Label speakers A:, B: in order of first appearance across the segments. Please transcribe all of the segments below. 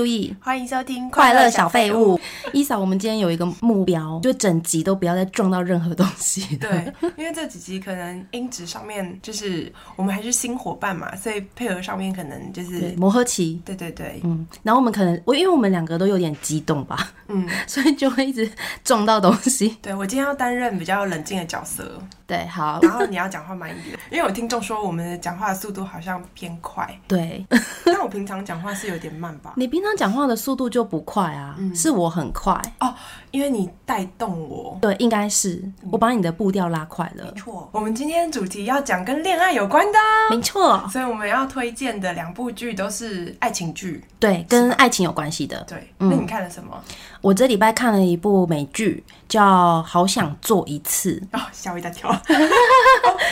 A: 六亿。
B: 欢迎收听
A: 快乐小废。物，伊嫂，我们今天有一个目标，就整集都不要再 撞到任何东西。
B: 对，因为这几集可能音质上面就是我们还是新伙伴嘛，所以配合上面可能就是
A: 对，磨合期。
B: 对对对，
A: 嗯，然后我们可能我因为我们两个都有点激动吧，
B: 嗯，
A: 所以就会一直撞到东西。
B: 对我今天要担任比较冷静的角色，哦
A: 对，好，
B: 然后你要讲话慢一点，因为我听众说我们的讲话速度好像偏 快，
A: 对
B: 但我平常讲话是有点慢 吧？
A: 你平常讲话的速度就不快啊，是我很快。
B: 哦，因为你带动我。
A: 对，应该是我把你的步调拉快了
B: 没。错，我们今天主题要讲跟恋爱有关的啊、
A: 没错，
B: 所以我们要推荐的两部剧都是爱情剧。
A: 对，跟爱情有关系的。
B: 对，那你看了什么？
A: 我这礼拜看了一部美剧，叫《好想做一次》。
B: 哦，吓我一大 跳！哦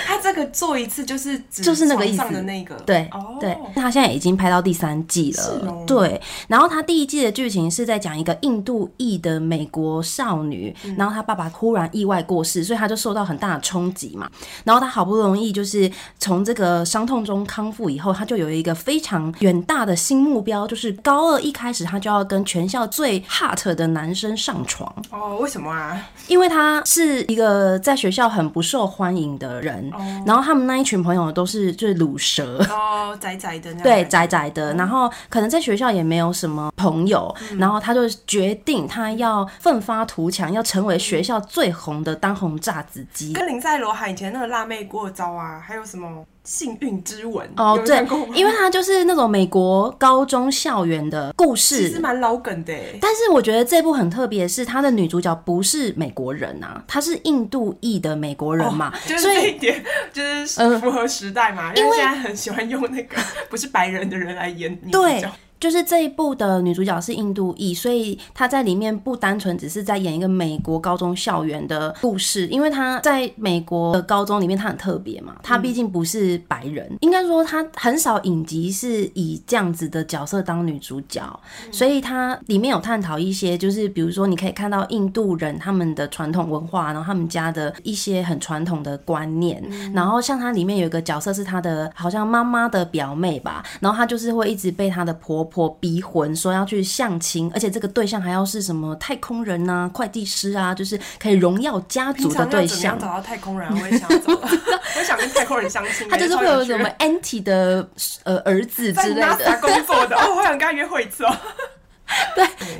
B: 他这个做一次就是指
A: 就是那个意思
B: 床上的那个，
A: 对、
B: 哦，
A: 对，他现在已经拍到第三季了。
B: 是哦
A: 对，然后他第一季的剧情是在讲一个印度裔的美国少女，
B: 嗯
A: 然后她爸爸忽然意外过世，所以她就受到很大的冲击嘛。然后她好不容易就是从这个伤痛中康复以后，她就有一个非常远大的新目标，就是高二一开始她就要跟全校最 hot 的男生上床。
B: 哦，为什么啊？
A: 因为他是一个在学校很不受欢迎的人，然后他们那一群朋友都是就是卤蛇。
B: 哦，窄窄的那
A: 对，
B: 窄
A: 宅宅的，
B: 嗯
A: 然后可能在学校也没有什么朋友，然后他就决定他要奋发图强，要成为学校最红的当红炸子鸡。
B: 跟林赛罗涵以前那个辣妹过招啊，还有什么幸运之吻
A: 哦，对，因
B: 为
A: 为他就是那种美国高中校园的故
B: 其实
A: 事。
B: 蛮老梗的耶，欸
A: 但是我觉得这部很特别，是她的女主角不是美国人啊，她是印度裔的美国人嘛，
B: 哦就是
A: 所以呃
B: 这一点， 就是符合时代嘛，因为现在很喜欢用那个 不是白人的人来演女主
A: 对
B: 角，
A: 就是这一部的女主角是印度裔，所以她在里面不单纯只是在演一个美国高中校园的故事，因为她在美国的高中里面她很特别嘛，她毕竟不是白人，应该说她很少影集是以这样子的角色当女主角，所以它里面有探讨一些，就是比如说你可以看到印度人他们的传统文化，然后他们家的一些很传统的观念，然后像它里面有一个角色是她的好像妈妈的表妹吧，然后她就是会一直被她的婆婆逼婚，说要去相亲，而且这个对象还要是什么太空人啊、会计师啊，就是可以荣耀家
B: 平
A: 族的
B: 常要
A: 对
B: 怎么
A: 象
B: 样。找到太空人啊？我也想要 找到，我也想跟太空人相亲。欸
A: 他就是会有什么
B: 感
A: anti 的呃儿子
B: 觉在
A: 之类的，
B: NASA 工作的哦，我想跟他约会一次哦。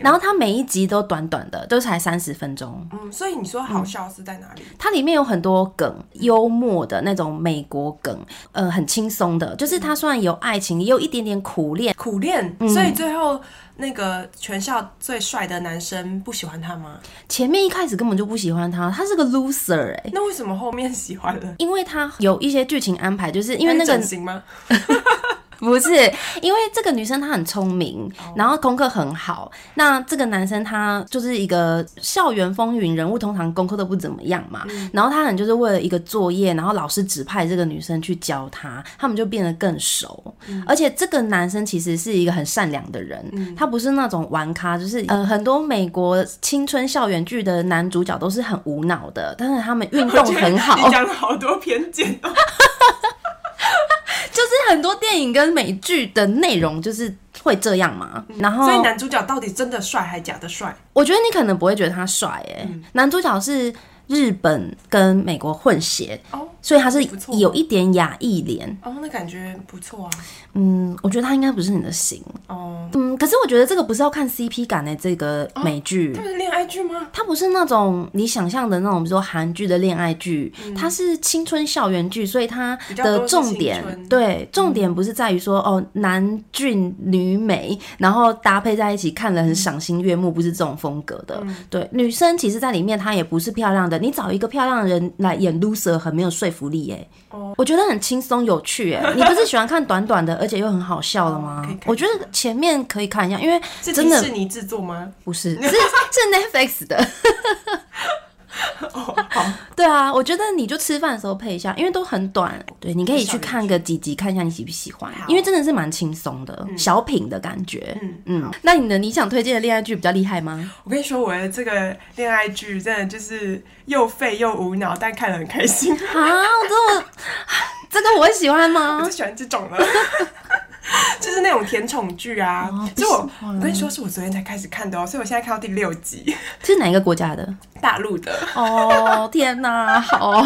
A: 然后他每一集都短短的，都才三十分钟，
B: 嗯，所以你说好笑是在哪里？
A: 它里面有很多梗，幽默的那种美国梗，呃，很轻松的。就是它虽然有爱情，也有一点点苦恋，
B: 苦恋，
A: 嗯
B: 所以最后那个全校最帅的男生不喜欢他吗？
A: 前面一开始根本就不喜欢他，他是个 loser 哎、
B: 那为什么后面喜欢了？
A: 因为他有一些剧情安排，就是因为那
B: 他是
A: 个
B: 整形吗？
A: 不是，因为这个女生她很聪明，
B: 哦
A: 然后功课很好。那这个男生他就是一个校园风云人物，通常功课都不怎么样嘛。
B: 嗯
A: 然后他很就是为了一个作业，然后老师指派这个女生去教他，他们就变得更熟。
B: 嗯
A: 而且这个男生其实是一个很善良的人，他不是那种玩咖，就是呃很多美国青春校园剧的男主角都是很无脑的，但是他们运动很好。
B: 你讲了好多偏见哦。
A: 就是很多电影跟美剧的内容就是会这样嘛。 然后
B: 嗯所以男主角到底真的帅还假的帅？
A: 我觉得你可能不会觉得他帅哎、
B: 嗯
A: 男主角是日本跟美国混血，
B: 哦
A: 所以他是
B: 不错
A: 有一点亚裔脸。
B: 哦，那感觉不错啊。
A: 嗯，我觉得他应该不是你的型。
B: 哦，
A: 嗯，可是我觉得这个不是要看 CP 感的、这个美剧。
B: 他们是恋爱剧吗？
A: 它不是那种你想象的那种，比如说韩剧的恋爱剧，它是青春校园剧，所以它
B: 嗯比较多
A: 的
B: 是
A: 重
B: 青
A: 点
B: 春嗯
A: 对重点不是在于说哦男俊女美，然后搭配在一起看了很赏心悦目，不是这种风格的。
B: 嗯
A: 对，女生其实在里面她也不是漂亮的，你找一个漂亮的人来演 loser 很没有说服力耶。
B: 哦
A: 我觉得很轻松有 趣哎，你不是喜欢看短短的，而且又很好笑的吗
B: 哦可以看？
A: 我觉得前面可以看一下，因为
B: 是
A: 真
B: 迪
A: 的
B: 士尼制作吗？
A: 不是是 是 Netflix 的。
B: 哦，好，
A: 对啊，我觉得你就吃饭的时候配一下，因为都很短。对，你可以去看个几集，看一下你喜不喜欢，因为真的是蛮轻松的、小品的感觉。嗯嗯，那你的你想推荐的恋爱剧比较厉害 吗？
B: 我跟你说，我的这个恋爱剧真的就是又废又无脑，但看得很开心。
A: 啊，这我这个我会喜欢
B: 我
A: 吗
B: 就？喜欢这种了。 就是那种甜宠剧啊
A: 哦。
B: 就我
A: 不是
B: 我跟你说，是我昨天才开始看的哦，所以我现在看到第六集，
A: 是哪一个国家的？
B: 大陆的。
A: 哦，天哪，好，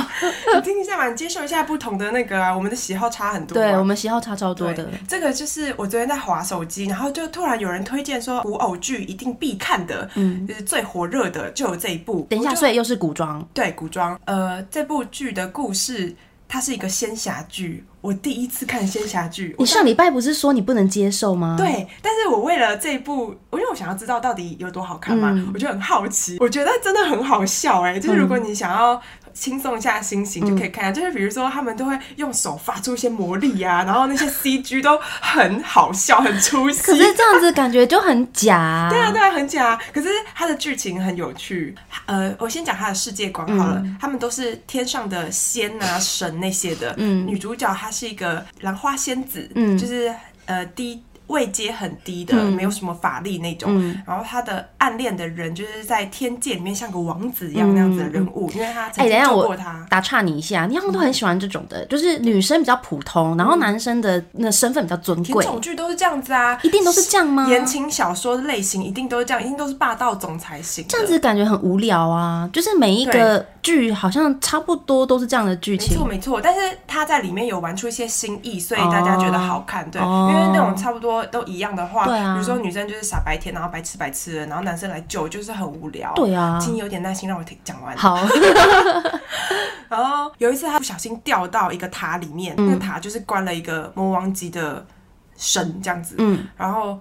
B: 你听一下嘛，你接受一下不同的那个啊，我们的喜好差很多嘛。
A: 对我们喜好差超多的
B: 对。这个就是我昨天在划手机，然后就突然有人推荐说古偶剧一定必看的，嗯，就是最火热的就有这一部。
A: 等一
B: 我
A: 下，
B: 就
A: 所以又是古装，
B: 对古装，呃，这部剧的故事它是一个仙侠剧，我第一次看仙侠剧，
A: 你
B: 我
A: 上礼拜不是说你不能接受吗？，
B: 对，但是我为了这一部，因为我想要知道到底有多好看嘛，
A: 嗯
B: 我就很好奇。我觉得真的很好笑哎、就是如果你想要轻松一下心情，就可以
A: 嗯
B: 看、就是比如说他们都会用手发出一些魔力啊，然后那些 CG 都很好笑，很出戏。
A: 可是这样子感觉就很假、
B: 对啊，对啊，很假。可是它的剧情很有趣。呃，我先讲它的世界观好了。
A: 嗯
B: 他们都是天上的仙啊、神那些的。嗯，女主角她是一个兰花仙子，嗯，就是呃低。位阶很低的，
A: 嗯
B: 没有什么法力那种。然后她的暗恋的人，就是在天界里面像个王子一样那样子的人物，因为她曾
A: 哎、等
B: 经
A: 一下
B: 救
A: 我
B: 过他。
A: 打岔你一下，你好像都很喜欢这种
B: 嗯
A: 的，就是女生比较普通，然后男生的那身份比较尊
B: 甜
A: 贵，
B: 宠剧都是这样子啊，
A: 一定都是这样吗？
B: 言情小说类型一定都是这样，一定都是霸道总裁型的。
A: 这样子感觉很无聊啊，就是每一个剧好像差不多都是这样的剧
B: 没
A: 情
B: 错，没错，但是它在里面有玩出一些新意，所以大家觉得好看。对，
A: 哦
B: 因为那种差不多都一样的话，
A: 对啊
B: 比如说女生就是傻白甜，然后白吃白吃的，然后男生来救就是很无聊。
A: 对啊
B: 请你有点耐心让我听讲完。
A: 好，
B: 然后有一次他不小心掉到一个塔里面，
A: 嗯
B: 那个塔就是关了一个魔王级的神这样子。
A: 嗯，
B: 然后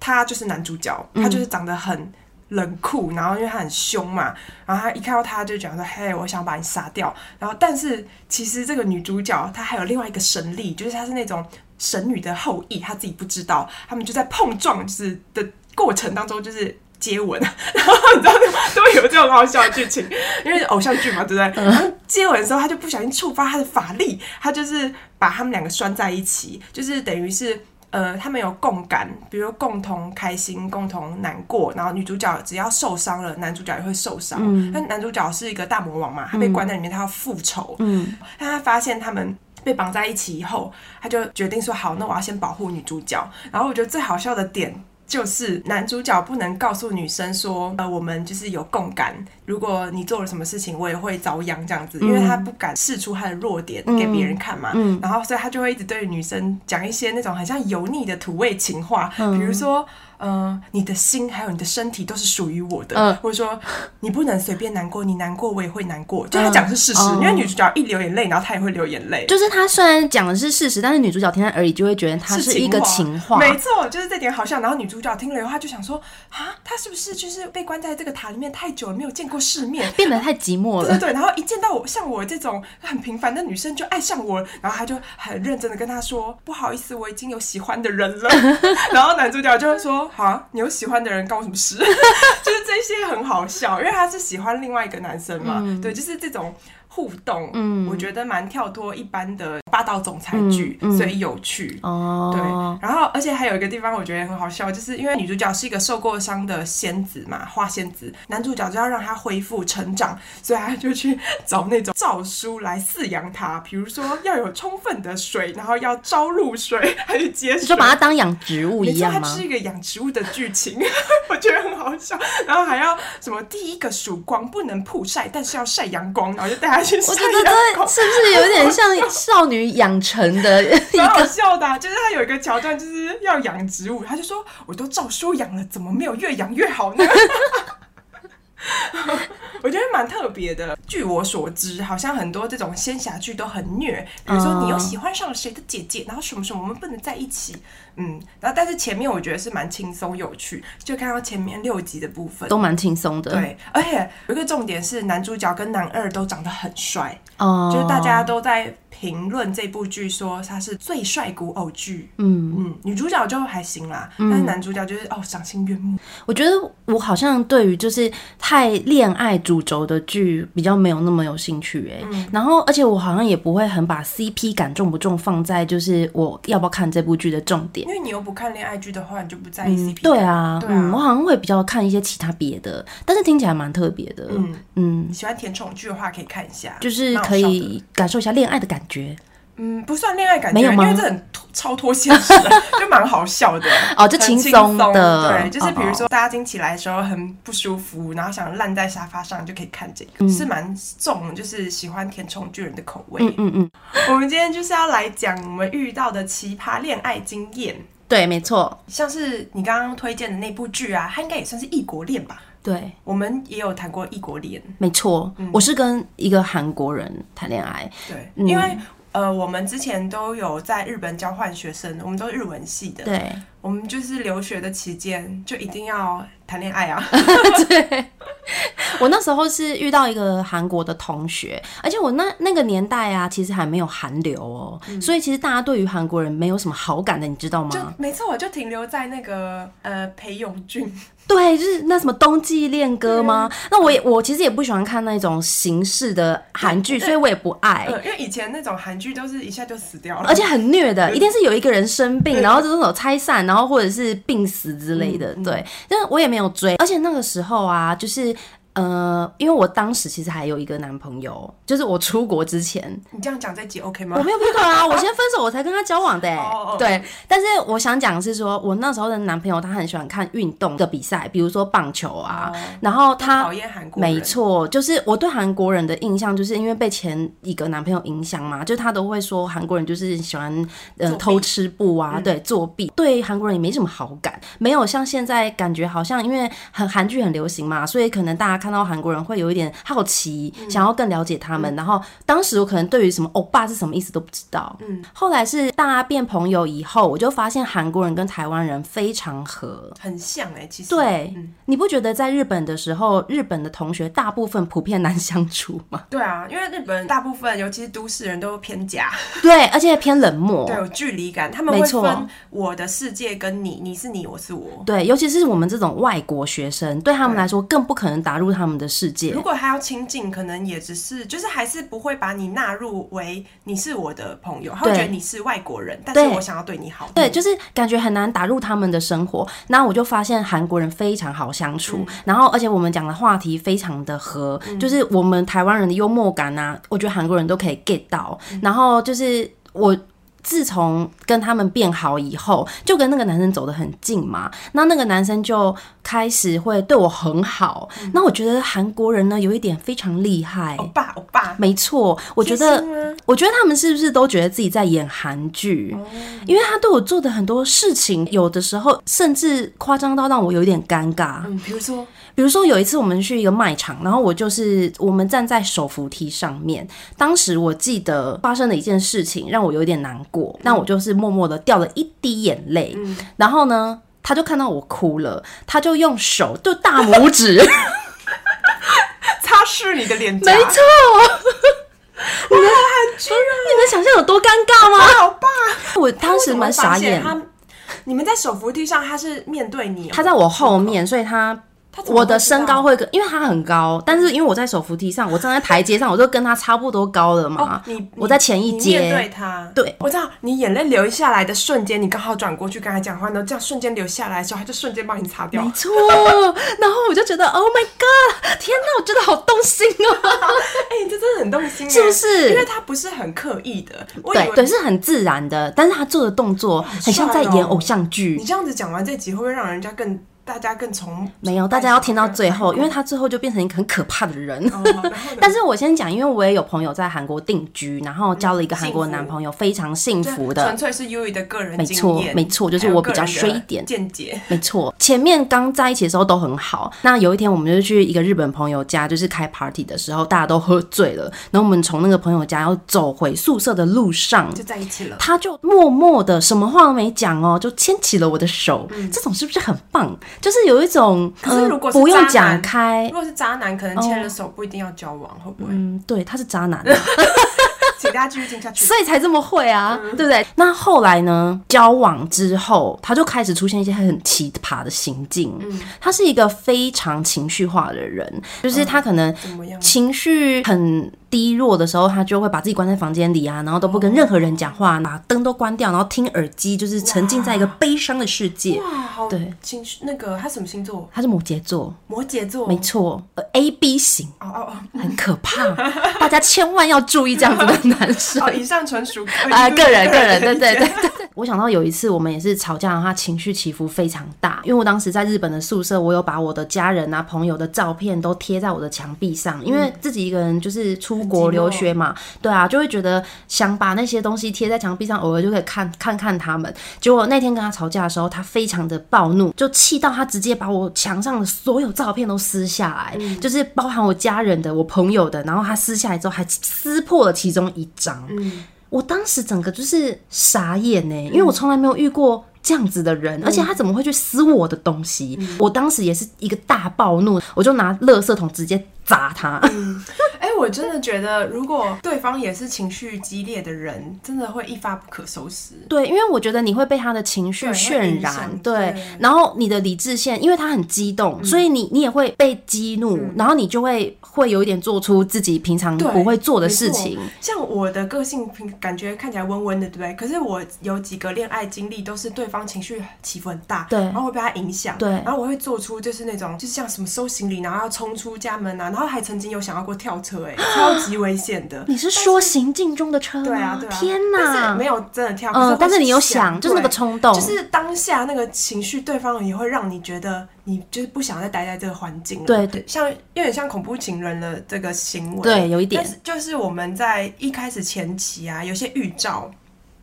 B: 他就是男主角，他就是长得很。冷酷，然后因为他很凶嘛，然后他一看到他就讲说：“嘿，我想把你杀掉。”然后，但是其实这个女主角她还有另外一个神力，就是她是那种神女的后裔，她自己不知道。他们就在碰撞就是的过程当中，就是接吻， 然后你知道都会有这种好笑的剧情，因为偶像剧嘛，对不对？然后接吻的时候，他就不小心触发他的法力，他就是把他们两个拴在一起，就是等于是。呃，他们有共感，比如共同开心、共同难过，然后女主角只要受伤了，男主角也会受伤。但男主角是一个大魔王嘛，他被关在里面，他要复仇。
A: 嗯，
B: 但他发现他们被绑在一起以后，他就决定说好，那我要先保护女主角。然后我觉得最好笑的点。就是男主角不能告诉女生说，呃，我们就是有共感，如果你做了什么事情，我也会遭殃这样
A: 嗯
B: 子，因为他不敢试出他的弱点给别人看嘛，然后所以他就会一直对女生讲一些那种很像油腻的土味情话，
A: 嗯
B: 比如说，呃，你的心还有你的身体都是属于我的，
A: 嗯
B: 或者说你不能随便难过，你难过我也会难过，就他讲的是事实，
A: 嗯
B: 因为女主角一流眼泪，然后她也会流眼泪，
A: 就是他虽然讲的是事实，但是女主角听在耳里就会觉得他是一个情话，
B: 没错，就是这点好笑。然后女主角听了以后，她就想说啊，她是不是就是被关在这个塔里面太久了，没有见过世面？
A: 变得太寂寞
B: 对对
A: 了。
B: 对，然后一见到我像我这种很平凡的女生就爱上我，然后她就很认真的跟她说：“不好意思，我已经有喜欢的人了。”然后男主角就会说：“啊，你有喜欢的人关我什么事？” 就是这些很好笑，因为他是喜欢另外一个男生嘛，对，就是这种互动，嗯，我觉得蛮跳脱一般的霸道总裁剧，所以有趣。对
A: 哦，，
B: 然后而且还有一个地方我觉得很好笑，就是因为女主角是一个受过伤的仙子嘛，花仙子，男主角就要让她恢复成长，所以他就去找那种诏书来饲养她，比如说要有充分的水，然后要招入水，还去接
A: 你
B: 水
A: 说。 把它当养植物
B: 没
A: 一
B: 错，
A: 样
B: 它
A: 吗
B: 是？一个养植物的剧情， 我觉得很好笑。然后还要什么第一个曙光不能曝晒，但是要晒阳光，然后就带她去晒
A: 我觉得
B: 阳光
A: 这。是不是有点像少女养成 的一
B: 蛮好
A: 个？
B: 笑的啊、就是他有一个桥段，就是要养植物，他就说：“我都照书养了，怎么没有越养越好呢？” 我觉得蛮特别的。据我所知，好像很多这种仙侠剧都很虐，比如说
A: 嗯
B: 你又喜欢上了谁的姐姐，然后什么什么，我们不能在一起。嗯，然后但是前面我觉得是蛮轻松有趣，就看到前面六集的部分
A: 都。蛮轻松的，，
B: 对，而且有一个重点是，男主角跟男二都长得很帅，
A: 哦，
B: 就是大家都在评论这部剧，说它是最帅古偶剧。
A: 嗯，
B: 嗯，女主角就还行啦，但是男主角就是哦，赏心悦目。
A: 我觉得我好像对于就是太恋爱主轴的剧比较没有那么有兴趣哎、
B: 嗯
A: 然后而且我好像也不会很把 CP 感重不重放在就是我要不要看这部剧的重点
B: 因。为你又不看恋爱剧的话，你就不在意 CP 感、
A: 对啊，
B: 对啊
A: 嗯，我好像会比较看一些其他别的，但是听起来蛮特别的，
B: 嗯，
A: 嗯，
B: 你喜欢甜宠剧的话可以看一下，
A: 就是
B: 蛮好
A: 可
B: 笑的。
A: 以感受一下恋爱的感觉。
B: 嗯，不算恋爱感觉，
A: 没有
B: 因
A: 吗
B: 为这很脱超脱现实的， 就蛮好笑的。
A: 哦，就
B: 很
A: 轻
B: 轻
A: 松的，
B: 对，就是比如
A: 哦
B: 说大家经起来的时候很不舒服，然后想烂在沙发上，就可以看这个，
A: 嗯
B: 是蛮重，就是喜欢填充巨人的口味。
A: 嗯嗯嗯，
B: 我们今天就是要来讲我们遇到的奇葩恋爱经验，
A: 对，没错，
B: 像是你刚刚推荐的那部剧啊，它应该也算是异国恋吧？
A: 对，
B: 我们也有谈过异国恋，
A: 没错，
B: 嗯
A: 我是跟一个韩国人谈恋爱，
B: 对，
A: 嗯
B: 因为。呃，我们之前都有在日本交换学生，我们都是日文系的。
A: 对，
B: 我们就是留学的期间就一定要谈恋爱啊。
A: 我那时候是遇到一个韩国的同学，而且我那那个年代啊，其实还没有韩流哦，所以其实大家对于韩国人没有什么好感的，你知道
B: 嗯就
A: 吗？
B: 没错，我就停留在那个呃裴勇俊，
A: 对，就是那什么冬季恋
B: 啊
A: 歌吗？那我也我其实也不喜欢看那种形式的韩剧，所以我也不爱。
B: 呃，因为以前那种韩剧都是一下就死掉了，
A: 哎而且很虐的，
B: 呃
A: 一定是有一个人生病，然后就是有拆散，然后或者是病死之类
B: 嗯
A: 的。对，但是我也没有追，而且那个时候啊，就是呃，因为我当时其实还有一个男朋友，就是我出国之前，
B: 你这样讲这集 OK 吗
A: 我？没有劈腿啊，我先分手我才跟他交往的、欸。
B: 哦哦
A: 对，但是我想讲的是说，我那时候的男朋友他很喜欢看运动的比赛，比如说棒球啊，然后他
B: 讨。厌韩国人，
A: 没错，就是我对韩国人的印象，就是因为被前一个男朋友影响嘛，就他都会说韩国人就是喜欢呃
B: 作弊嗯
A: 偷吃布啊，对，作弊，对韩国人也没什么好感，没有像现在感觉好像因为很韩剧很流行嘛，所以可能大家看到韩国人会有一点好奇，
B: 嗯
A: 想要更了解他们。然后当时我可能对于什么欧巴是什么意思都不知道，嗯，后来是大家变朋友以后，我就发现韩国人跟台湾人非常合，
B: 很像哎、其实
A: 对，
B: 嗯
A: 你不觉得在日本的时候，日本的同学大部分普遍难相处吗？
B: 对啊，因为日本大部分尤其是都市人都偏假，
A: 对，而且偏冷漠
B: 对，。有距离感，他们
A: 哦没
B: 会
A: 错
B: 分我的世界跟你，你是你，我是我。
A: 对，尤其是我们这种外国学生，对他们
B: 对
A: 来说更不可能打入他们的世界
B: 如。果他要亲近，可能也只是就是还是不会把你纳入为你是我的朋友，他会
A: 对
B: 觉得你是外国人，但是
A: 对
B: 我想要对你好。嗯
A: 对，就是感觉很难打入他们的生活。然后我就发现韩国人非常好相处，然后而且我们讲的话题非常的合，就是我们台湾人的幽默感啊，我觉得韩国人都可以 get 到。然后就是我。自从跟他们变好以后，就跟那个男生走得很近嘛。那那个男生就开始会对我很好。那我觉得韩国人呢，有一点非常厉害。
B: 欧巴，欧巴，
A: 没错，我觉得
B: 贴心啊吗
A: 我觉得他们是不是都觉得自己在演韩剧？因为他对我做的很多事情，有的时候甚至夸张到让我有一点尴尬。
B: 嗯，比如说，
A: 比如说有一次我们去一个卖场，然后我就是我们站在手扶梯上面，当时我记得发生了一件事情让我有一点难过，那我就是默默的掉了一滴眼泪，然后呢，他就看到我哭了，他就用手就大拇指。
B: 擦拭你的脸颊，
A: 没错，你能韩剧你能想象有多尴尬吗？
B: 啊欧巴。
A: 我当时蛮傻眼，
B: 他你们在手扶梯上，他是面对你哦、
A: 他在我后面，所以他
B: 他怎么
A: 我
B: 会
A: 的
B: 知道
A: 身高会跟，因为他很高，但是因为我在手扶梯上，我站在台阶上，我就跟他差不多高了嘛
B: 哦，你
A: 啊我在前一
B: 你面对
A: 阶。
B: 他，
A: 对，
B: 我知道你眼泪流下来的瞬间，你刚好转过去跟他讲话，然后这样瞬间流下来的时候，他就瞬间帮你擦掉
A: 没。错，然后我就觉得，Oh my God！天哪，我觉得好动心 哦，
B: 哎、你这真的很动心、欸，
A: 是不？是？
B: 因为他不是很刻意的，我以
A: 对
B: 为
A: 对，是很自然的，但是他做的动作很像在
B: 帅
A: 演
B: 哦
A: 偶像剧
B: 你。这样子讲完这集，会不会让人家更大家更从
A: 没有，大家要听到最后，因为他最后就变成一个很可怕的人。
B: 哦然后呢
A: 但是我先讲，因为我也有朋友在韩国定居，然后交了一个韩国
B: 幸福
A: 男朋友，非常幸福的，
B: 纯粹是 U 的个人
A: 没
B: 经
A: 错
B: 验
A: 没错就是
B: 还有
A: 我比
B: 个人
A: 较衰
B: 的
A: 一点
B: 见解。
A: 没错，前面刚在一起的时候都很好。那有一天，我们就去一个日本朋友家，就是开 party 的时候，大家都喝醉了。然后我们从那个朋友家要走回宿舍的路上，
B: 就在一起了，
A: 他就默默的什么话都没讲哦，就牵起了我的手。这种是不是很棒？就是有一种，呃
B: 可是如果是
A: 不用
B: 渣
A: 讲
B: 男
A: 开
B: 如，果是渣男，可能牵了手不一定要交往，会不会？
A: 哎哦嗯，对，他是渣男、
B: 请大家继续听下去。
A: 所以才这么会啊，对不对？那后来呢？交往之后，他就开始出现一些很奇葩的行径。他是一个非常情绪化的人，就是他可能
B: 怎么样？
A: 情绪很低落的时候，他就会把自己关在房间里啊，然后都不跟任何人讲话，把灯都关掉，然后听耳机，就是沉浸在一个悲伤的世界。
B: 哇，好
A: 对
B: 情绪那个他什么星座？
A: 他是摩羯座，
B: 摩羯座，
A: 没错呃，A B 型，
B: 哦 哦
A: 很可怕，大家千万要注意这样子的男生
B: 哦，哦，。以上纯 属
A: 啊，个人个人，对
B: 意见
A: 对对对 对。我想到有一次我们也是吵架，然后他情绪起伏非常大，因为我当时在日本的宿舍，我有把我的家人啊、朋友的照片都贴在我的墙壁上，因为自己一个人就是出国留学嘛，对啊，就会觉得想把那些东西贴在墙壁上，偶尔就可以看看看他们。结果那天跟他吵架的时候，他非常的暴怒，就气到他直接把我墙上的所有照片都撕下来，就是包含我家人的、我朋友的，然后他撕下来之后还撕破了其中一张。我当时整个就是傻眼呢、
B: 嗯
A: 因为我从来没有遇过这样子的人，而且他怎么会去撕我的东西？
B: 嗯
A: 我当时也是一个大暴怒，我就拿垃圾桶直接砸他。
B: 哎、我真的觉得，如果对方也是情绪激烈的人，真的会一发不可收拾。
A: 对，因为我觉得你会被他的情绪
B: 对会
A: 渲
B: 影
A: 染
B: 响，
A: 对
B: 对，嗯
A: 然后你的理智线，因为他很激动，所以你你也会被激怒，然后你就会会有一点做出自己平常
B: 对
A: 不会做的
B: 没
A: 事
B: 错
A: 情。
B: 像我的个性，平感觉看起来温温的，对不对？可是我有几个恋爱经历都是对方情绪起伏很大，
A: 对
B: 然后会被他影响，
A: 对
B: 然后我会做出就是那种，就是像什么收行李，然后要冲出家门啊，然后还曾经有想要过跳车、哎，超级危险 的。
A: 你是说行进中的车吗？
B: 对啊，对啊，
A: 天
B: 但
A: 哪！
B: 是没有真的跳，可
A: 嗯
B: 会，
A: 但是你有想，就是那个
B: 对
A: 冲动，
B: 就是当下那个情绪，对方也会让你觉得你就是不想再待在这个环境了。
A: 对对，
B: 像有点像恐怖情人的这个行为。
A: 对有一点
B: 但是就是我们在一开始前期啊，有些预兆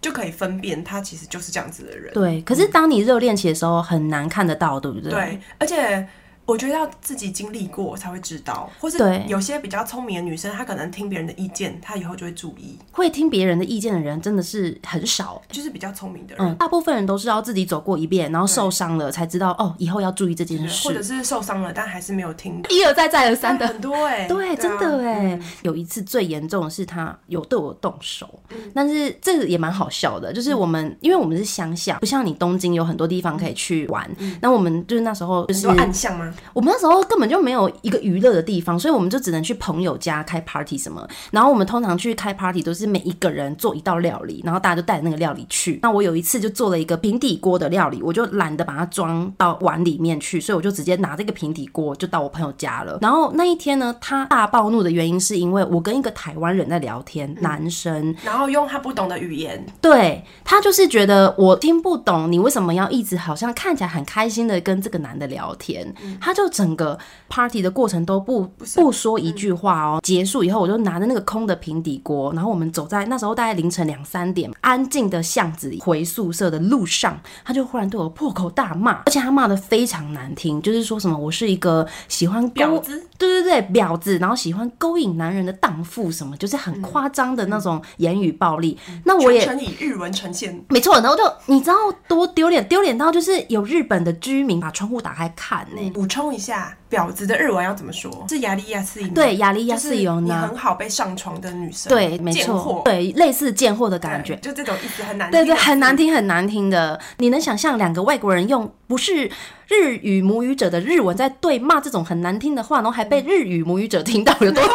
B: 就可以分辨他其实就是这样子的人。
A: 对，可是当你热恋期的时候，很难看得到，对不对？
B: 对，而且。我觉得要自己经历过才会知道，或是
A: 对
B: 有些比较聪明的女生，她可能听别人的意见，她以后就会注意，
A: 会听别人的意见的人真的是很少。
B: 就是比较聪明的人。
A: 嗯，大部分人都是要自己走过一遍，然后受伤了才知道哦，以后要注意这件
B: 或者
A: 事。
B: 是受伤了，但还是没有听，
A: 一而再，再而三的，
B: 很多哎、
A: 对，真的
B: 哎、
A: 哎、有一次最严重的是他有对我动手，但是这个也蛮好笑的，就是我们、因为我们是乡下，不像你东京有很多地方可以去玩，那我们就是那时候就是
B: 你说暗巷吗？
A: 我们那时候根本就没有一个娱乐的地方，所以我们就只能去朋友家开 party 什么。然后我们通常去开 party 都是每一个人做一道料理，然后大家就带着那个料理去。那我有一次就做了一个平底锅的料理，我就懒得把它装到碗里面去，所以我就直接拿这个平底锅就到我朋友家了。然后那一天呢，他大暴怒的原因是因为我跟一个台湾人在聊天，男生，
B: 然后用他不懂的语言，
A: 对他就是觉得我听不懂你为什么要一直好像看起来很开心的跟这个男的聊天，他就整个 party 的过程都不不说一句话哦。结束以后，我就拿着那个空的平底锅，然后我们走在那时候大概凌晨两三点，安静的巷子里回宿舍的路上，他就忽然对我破口大骂，而且他骂的非常难听，就是说什么我是一个喜欢勾
B: 婊子，
A: 对对对，婊子，然后喜欢勾引男人的荡妇什么，就是很夸张的那种言语暴力。那我
B: 全
A: 也
B: 程以日文呈现。
A: 没错，然后就你知道多丢脸，丢脸到就是有日本的居民把窗户打开看呢、
B: 补充一下，婊子的日文要怎么说？是亚利亚斯音，，
A: 嗯对，亚利亚
B: 就是
A: 是有
B: 你
A: 呢
B: 很，好被上床的女生，
A: 对，没
B: 贱
A: 错
B: 货，
A: 对，类似贱货的
B: 对
A: 感觉。
B: 就这种意思很难，
A: 对对，很难。听很难听的。你能想象两个外国人用不是日语母语者的日文在对骂这种很难听的话，然后还被日语母语者听到有多丢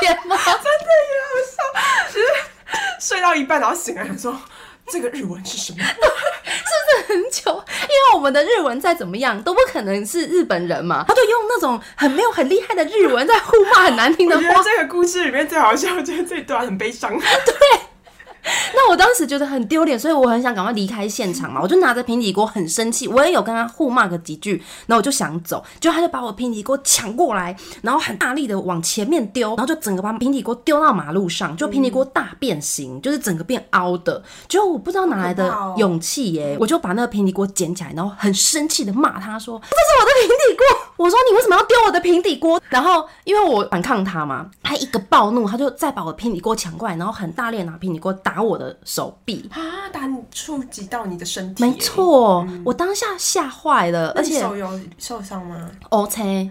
A: 脸吗？
B: 睡到一半，然后醒来说。这个日文是什 么？
A: 很久，因为我们的日文再怎么样都不可能是日本人嘛， 他就用那种很没有很厉害的日文在互骂很难听
B: 我
A: 的
B: 觉
A: 话
B: 得。这个故事里面最好笑，我觉得这一段很悲 伤。
A: 那我当时觉得很丢脸，所以我很想赶快离开现场嘛，我就拿着平底锅很生气，我也有跟他互骂个几句，然后我就想走，结果他就把我平底锅抢过来，然后很大力的往前面丢，然后就整个把平底锅丢到马路上，就平底锅大变形，就是整个变凹的，结果我不知道哪来的
B: 好可怕哦
A: 勇气耶、我就把那个平底锅捡起来，然后很生气的骂他说：“这是我的平底锅！”我说：“你为什么要丢我的平底锅？”然后因为我反抗他嘛，他一个暴怒，他就再把我的平底锅抢过来，然后很大力地拿平底锅打我的手臂。
B: 啊，打你触及到你的身体，
A: 没，错，我当下吓坏了，而
B: 而且
A: 且哦
B: 手有受伤 吗？
A: OK，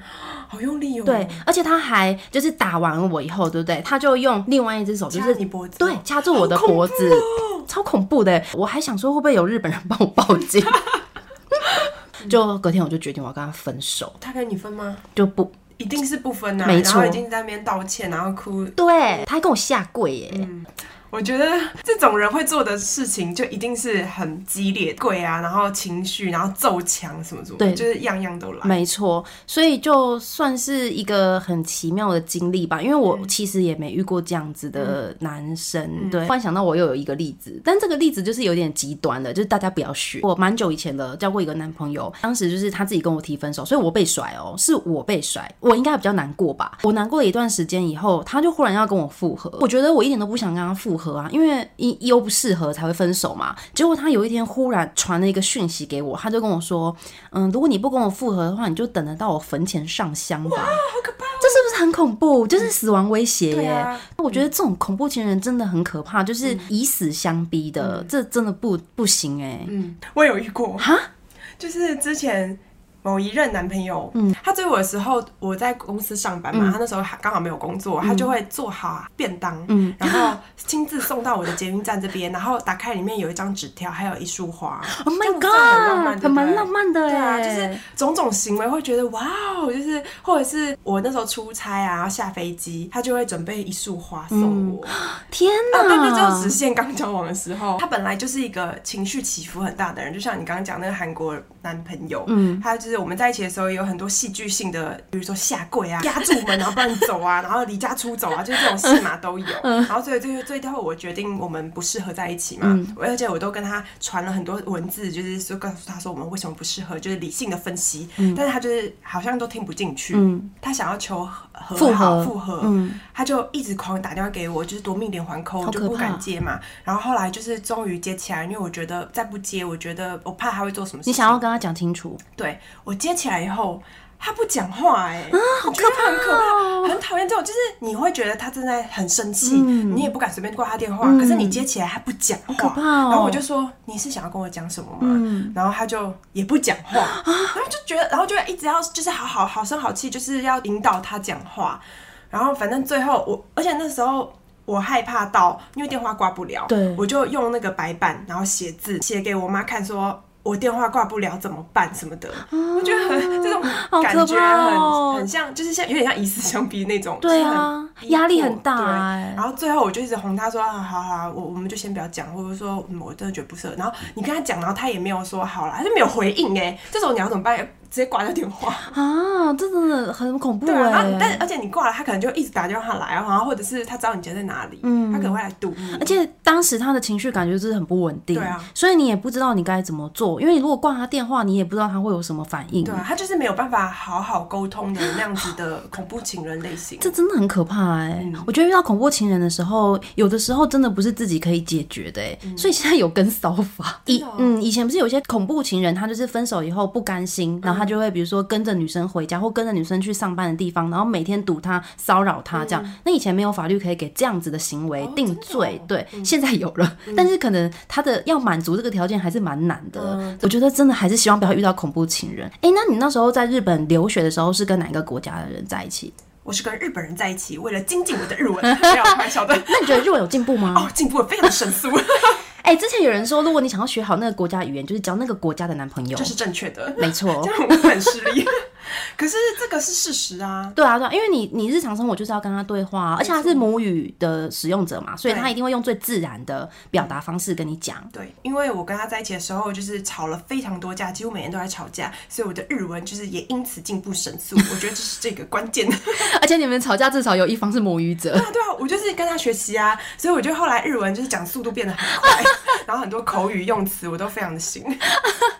B: 好用力哦，
A: 对，，而且他还就是打完我以后，对不对？他就用另外一只手，就
B: 掐
A: 是
B: 你脖子，
A: 对，掐住我的脖子，
B: 哦
A: 超恐怖的。我还想说会不会有日本人帮我报 警，就隔天我就决定我要跟他分手，
B: 他跟你分吗？
A: 就不
B: 一定是不分呐、啊
A: 没
B: 然后
A: 错
B: 已经在那边道歉，然后哭。
A: 对，他还跟我下跪耶、
B: 我觉得这种人会做的事情，就一定是很激烈、跪啊，然后情绪，然后揍墙什么什么，
A: 对
B: 就是样样都来。
A: 没错，所以就算是一个很奇妙的经历吧，因为我其实也没遇过这样子的男生。对，突然想到我又有一个例子，但这个例子就是有点极端了，就是大家不要学。我蛮久以前了，交过一个男朋友，当时就是他自己跟我提分手，所以我被甩哦，是我被甩，我应该比较难过吧。我难过了一段时间以后，他就忽然要跟我复合，我觉得我一点都不想跟他复合啊，因为一一又不适合才会分手嘛。结果他有一天忽然传了一个讯息给我，他就跟我说。嗯，如果你不跟我复合的话，你就等得到我坟前上香吧。这是不是很恐怖？就是死亡威胁
B: 哦嗯对
A: 耶！
B: 啊嗯
A: 我觉得这种恐怖情人真的很可怕，就是以死相逼的，这真的不不行哎。
B: 嗯，我有遇过，
A: 哈，
B: 就是之前某一任男朋友，嗯，他追我的时候，我在公司上班嘛，
A: 嗯
B: 他那时候还刚好没有工作，他就会做好便当，嗯，然后亲自送到我的捷运站这边，然后打开里面有一张纸条，还有一束花
A: Oh
B: 这
A: my
B: 样不是很浪漫对
A: god，很
B: 不对
A: 蛮浪漫的
B: 对啊，
A: 哎。
B: 就是种种行为会觉得哇哦，就是或者是我那时候出差啊，下飞机，他就会准备一束花送我。
A: 天
B: 啊，
A: 哪！
B: 对对，就是只限刚交往的时候，他本来就是一个情绪起伏很大的人，就像你刚刚讲那个韩国男朋友，嗯，他就是我们在一起的时候也有很多戏剧性的，比如说下跪啊、压住门然后不然走啊，然 后离家出走啊，就是这种戏码都有。
A: 嗯
B: 然后所以最最后我决定我们不适合在一起嘛，
A: 嗯
B: 我而且我都跟他传了很多文字，就是说告诉他说我们为什么不适合，就是理性的分析，
A: 嗯
B: 但是他就是好像都听不进去，他想要求和和
A: 复合嗯
B: 好复合，他就一直狂打电话给我，就是夺命连环扣，我
A: 好
B: 就
A: 可
B: 不
A: 怕
B: 敢接嘛。然后后来就是终于接起来，因为我觉得再不接，我觉得我怕他会做什么事情。
A: 你想要跟他讲清楚，
B: 对我接起来以后，他不讲话、哎、
A: 啊
B: 我觉得很可
A: 哦
B: 怕，很讨厌这种，就是你会觉得他正在很生气，你也不敢随便挂他电话，可是你接起来他不讲话，
A: 嗯可怕哦嗯
B: 然后我就说你是想要跟我讲什么吗？然后他就也不讲话，
A: 啊
B: 然后就觉得，然后就一直要就是好好好声好气，就是要引导他讲话，然后反正最后我，而且那时候。我害怕到，因为电话挂不了，
A: 对
B: 我就用那个白板，然后写字，写给我妈看说我电话挂不了怎么办什么的。我觉得很这种
A: 啊好
B: 感
A: 可
B: 觉
A: 怕
B: 很、
A: 哦
B: 很像，就是像有点像以死相逼那种。
A: 对啊
B: 就是
A: 压力很
B: 逼迫
A: 大
B: 对
A: 哎
B: 然后最后我就一直哄他说：“啊，好好好，我我们就先不要讲，或者说、嗯、我真的觉得不适合。”然后你跟他讲，然后他也没有说好啦，他就没有回应哎、这种你要怎么办？直接挂掉电话。
A: 啊，这真的很恐怖
B: 对啊，然后
A: 哎
B: 你。但而且你挂了，他可能就一直打电话来，啊然后或者是他知道你家在哪里，他可能会来堵你。
A: 嗯而且当时他的情绪感觉就是很不稳定，
B: 对啊
A: 所以你也不知道你该怎么做，因为你如果挂他电话，你也不知道他会有什么反应。
B: 对啊，他就是没有办法好好沟通的那样子的恐怖情嗯人类型。
A: 这真的很可怕哎、我觉得遇到恐怖情人的时候，有的时候真的不是自己可以解决的哎、所以现在有跟骚 法。以
B: 嗯的哦
A: 嗯，以前不是有些恐怖情人，他就是分手以后不甘心，
B: 嗯
A: 然后他就会比如说跟着女生回家，或跟着女生去上班的地方，然后每天堵她、骚扰她这样。那以前没有法律可以给这样子的行为
B: 嗯哦嗯
A: 定
B: 真的
A: 罪，
B: 哦
A: 对，现在有了，但是可能他的要满足这个条件还是蛮难的。
B: 嗯
A: 我觉得真的还是希望不要遇到恐怖情人。哎、那你那时候在日本留学的时候是跟哪一个国家的人在一起？
B: 我是跟日本人在一起，为了精进我的日文，没有开玩笑的。
A: 那你觉得日文有进步吗？
B: 哦，进步得非常神速，
A: 哎、之前有人说，如果你想要学好那个国家语言，就是交那个国家的男朋友，
B: 这是正确的。
A: 没错
B: 这。样我很失利， 可是这个是事实啊。
A: 对啊，对啊，因为你你日常生活就是要跟他对话啊、而且他是母语的使用者嘛，所以
B: 对
A: 他一定会用最自然的表达方式跟你讲。
B: 对，因为我跟他在一起的时候，就是吵了非常多架，几乎每天都在吵架，所以我的日文就是也因此进步神速。我觉得这是这个关键。对
A: 而且你们吵架至少有一方是母语者，
B: 啊，对啊，我就是跟他学习啊，所以我觉得后来日文就是讲速度变得很快， 然后很多口语用词我都非常的行，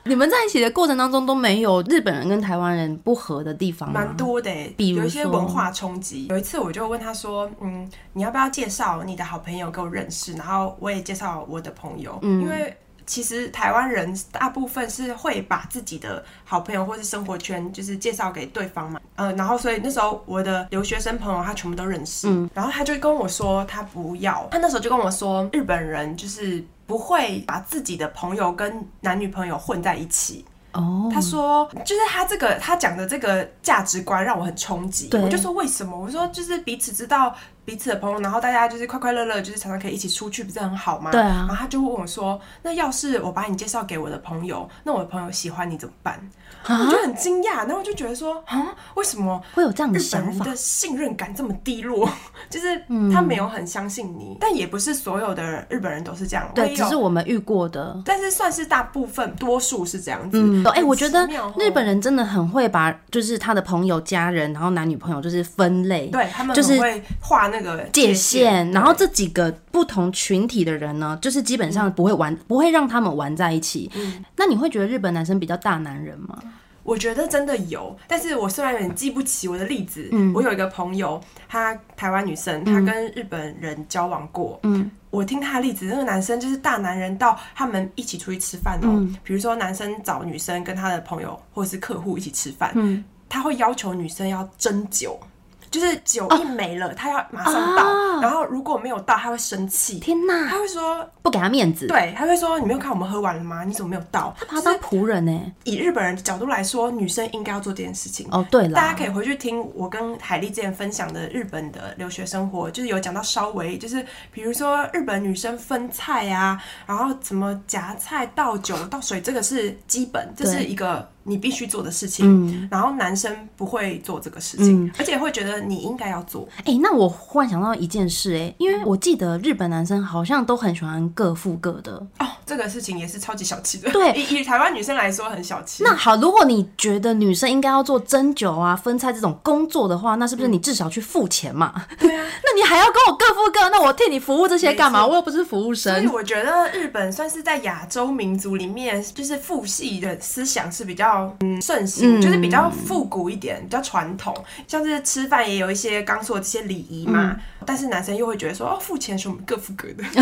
A: 你们在一起的过程当中都没有日本人跟台湾人不合的地方吗
B: 蛮？多的欸。
A: 比如
B: 有一些
A: 说
B: 文化冲击。有一次我就问他说：“嗯，你要不要介绍你的好朋友给我认识？然后我也介绍我的朋友，
A: 嗯
B: 因为。”其实台湾人大部分是会把自己的好朋友或是生活圈，就是介绍给对方嘛，呃，然后所以那时候我的留学生朋友他全部都认识，
A: 嗯
B: 然后他就跟我说他不要，他那时候就跟我说日本人就是不会把自己的朋友跟男女朋友混在一起，
A: 哦
B: 他，说，就是他这个他讲的这个价值观让我很冲击。
A: 对
B: 我就说为什么？我说就是彼此知道彼此的朋友，然后大家就是快快乐乐，就是常常可以一起出去，不是很好吗？
A: 对
B: 然后
A: 啊，
B: 他就问我说：“那要是我把你介绍给我的朋友，那我的朋友喜欢你怎么办？”
A: 啊
B: 我就很惊讶，然后我就觉得说：“啊，为什么
A: 会有这样的
B: 日本
A: 想
B: 人
A: 法嗯
B: 的信任感这么低落？ 就是他没有很相信你，但也不是所有的人日本人都是这样，我
A: 对，
B: 也
A: 只
B: 有
A: 是我们遇过的。
B: 但是算是大部分，多数是这样子。
A: 嗯，哎、
B: 很
A: 我觉得
B: 奇妙哦
A: 日本人真的很会把，就是他的朋友、家人，然后男女朋友，就是分类。
B: 对他们
A: 就是
B: 很会画那个
A: 界
B: 限，
A: 限，然后这几个不同群体的人呢，就是基本上不会玩，不会让他们玩在一起。那你会觉得日本男生比较大男人吗？
B: 我觉得真的有，但是我虽然有点记不起我的例子，
A: 嗯
B: 我有一个朋友，她台湾女生，她跟日本人交往过，嗯，我听她的例子，那个男生就是大男人到他们一起出去吃饭哦，
A: 嗯
B: 比如说男生找女生跟他的朋友或是客户一起吃饭，
A: 嗯
B: 他会要求女生要斟酒。就是酒
A: 哦
B: 一没了，他要马上倒，然后如果没有倒，他会生气，
A: 啊天哪，
B: 他会说，
A: 不给他面子，
B: 对，他会说，你没有看我们喝完了吗？你怎么没有倒？
A: 把他当仆人欸呢、
B: 以日本人的角度来说，女生应该要做这件事情。
A: 哦，对
B: 大家
A: 啦，
B: 可以回去听我跟海丽之前分享的日本的留学生活，就是有讲到稍微就是，比如说日本女生分菜啊，然后怎么夹菜、倒酒、倒水，这个是基本，这是一个你必须做的事情。
A: 嗯
B: 然后男生不会做这个事情，而且会觉得你应该要做。
A: 哎、那我忽然想到一件事、哎，因为我记得日本男生好像都很喜欢各付各的。
B: 哦，这个事情也是超级小气的。
A: 对
B: 以以台湾女生来说很小气。
A: 那好，如果你觉得女生应该要做针灸啊、分菜这种工作的话，那是不是你至少去付钱嘛？
B: 嗯对啊。
A: 那你还要跟我各付各，那我替你服务这些干
B: 没
A: 嘛？
B: 错
A: 我又不是服务
B: 所以
A: 生。
B: 我觉得日本算是在亚洲民族里面，就是父系的思想是比较嗯盛行，就是比较复古一点，比较传统。像是吃饭也有一些刚说的这些礼仪嘛，
A: 嗯
B: 但是男生又会觉得说哦，付钱是我们各付各 的，就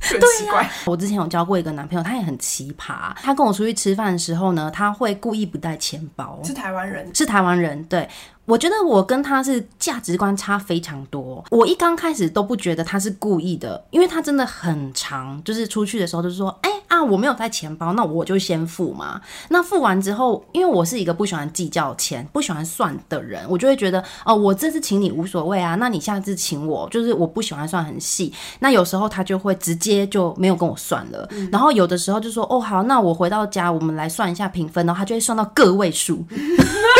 B: 很奇怪。
A: 我之前有交过一个男朋友，他也很奇葩。他跟我出去吃饭的时候呢，他会故意不带钱包，
B: 是台湾人，
A: 是台湾人，对。我觉得我跟他是价值观差非常多。我一刚开始都不觉得他是故意的，因为他真的很长，就是出去的时候就是说，哎、啊，我没有带钱包，那我就先付嘛。那付完之后，因为我是一个不喜欢计较钱、不喜欢算的人，我就会觉得，哦，我这次请你无所谓啊，那你下次请我，就是我不喜欢算很细。那有时候他就会直接就没有跟我算了，
B: 嗯
A: 然后有的时候就说，哦，好，那我回到家我们来算一下评分，然后他就会算到个位数。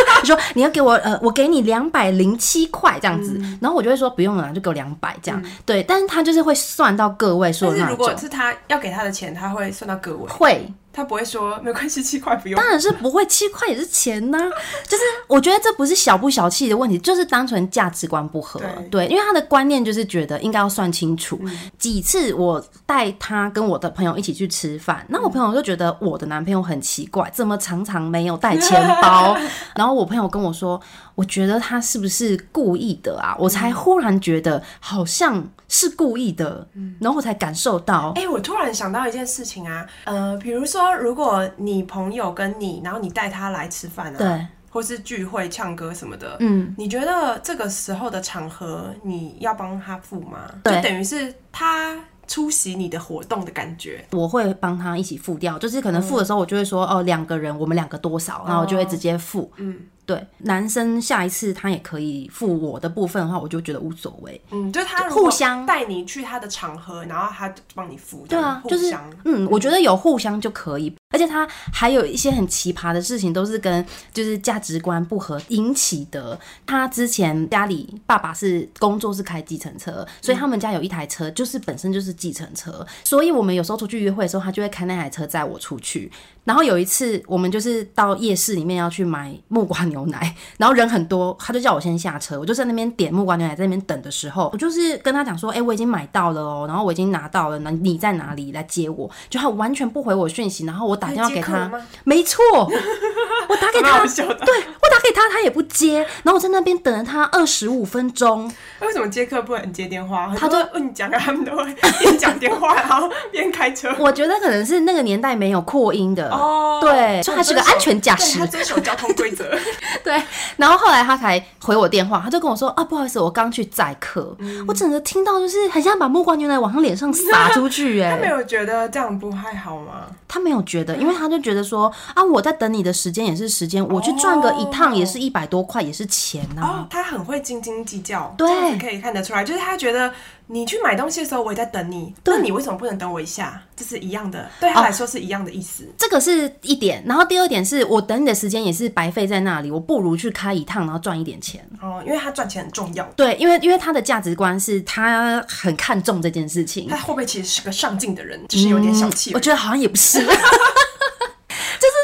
A: 他说你要给我呃，我给你两百零七块这样子，
B: 嗯
A: 然后我就会说不用了，就给我两百这样。对，但是他就是会算到个位数
B: 但
A: 的
B: 是
A: 那
B: 如
A: 种
B: 果，是他要给他的钱，他会算到个位，
A: 会。
B: 他不会说没关系，七块不用。
A: 当然是不会，七块也是钱呐、 就是我觉得这不是小不小气的问题，就是单纯价值观不合。对，因为他的观念就是觉得应该要算清楚。几次我带他跟我的朋友一起去吃饭，那我朋友就觉得我的男朋友很奇怪，怎么常常没有带钱包？然后我朋友跟我说，我觉得他是不是故意的啊？我才忽然觉得好像是故意的，然后我才感受到。
B: 哎、我突然想到一件事情啊，呃，比如说，如果你朋友跟你，然后你带他来吃饭啊，
A: 对，
B: 或是聚会、唱歌什么的，
A: 嗯，
B: 你觉得这个时候的场合你要帮他付吗？
A: 对
B: 就等于是他出席你的活动的感觉。
A: 我会帮他一起付掉，就是可能付的时候，我就会说、哦，两个人我们两个多少，然后我就会
B: 哦
A: 直接付。
B: 嗯
A: 对，男生下一次他也可以付我的部分的话，我就觉得无所谓。
B: 嗯，就是他
A: 就
B: 如果
A: 互相
B: 带你去他的场合，然后他帮你付，
A: 对
B: 这样
A: 啊，就
B: 互
A: 是
B: 相。
A: 嗯，我觉得有互相就可以，而且他还有一些很奇葩的事情，都是跟就是价值观不合引起的。他之前家里爸爸是工作是开计程车，所
B: 嗯
A: 以他们家有一台车，就是本身就是计程车，所以我们有时候出去约会的时候，他就会开那台车载我出去。然后有一次，我们就是到夜市里面要去买木瓜牛奶，然后人很多，他就叫我先下车。我就在那边点木瓜牛奶，在那边等的时候，我就是跟他讲说：“哎、我已经买到了哦，然后我已经拿到了，那你在哪里来接我？”就他完全不回我讯息，然后我打电话给
B: 你接
A: 他
B: 客了吗，
A: 没错，我打给
B: 蛮
A: 他
B: 好，笑的，
A: 对我打给他，他也不接，然后我在那边等了他二十五分钟，
B: 为什么接客不能接电话？
A: 他
B: 都问你讲啊，他们都会边讲电话，然后边开车。
A: 我觉得可能是那个年代没有扩音的
B: 哦，
A: 对，所以他是个安全驾
B: 对
A: 驶
B: 他。遵守交通规 则。
A: 对，然后后来他才回我电话，他就跟我说啊，不好意思，我刚去载客，
B: 嗯
A: 我整个听到就是很像把木瓜牛奶往他脸上洒出去、
B: 他没
A: 哎，
B: 有嗯觉得这样不太好吗？
A: 他没有觉得，因为他就觉得说啊，我在等你的时间也是时间，我去转个一趟也是一百多块，也是钱啊呐、
B: 哦，他很会斤斤计较，
A: 对
B: 这样子可以看得出来，就是他觉得你去买东西的时候，我也在等你，
A: 对哦
B: 那你为什么不能等我一下？这是一样的，对他来说是一样的意思。
A: 这个是一点，然后第二点是我等你的时间也是白费在那里，我不如去开一趟，然后赚一点钱。
B: 哦，因为他赚钱很重要，
A: 对，因为因为他的价值观是他很看重这件事情
B: 他，会不会其实是个上进的人，只是有点小气
A: 嗯
B: 哦
A: 我
B: 而已？
A: 觉得好像也不是。 就是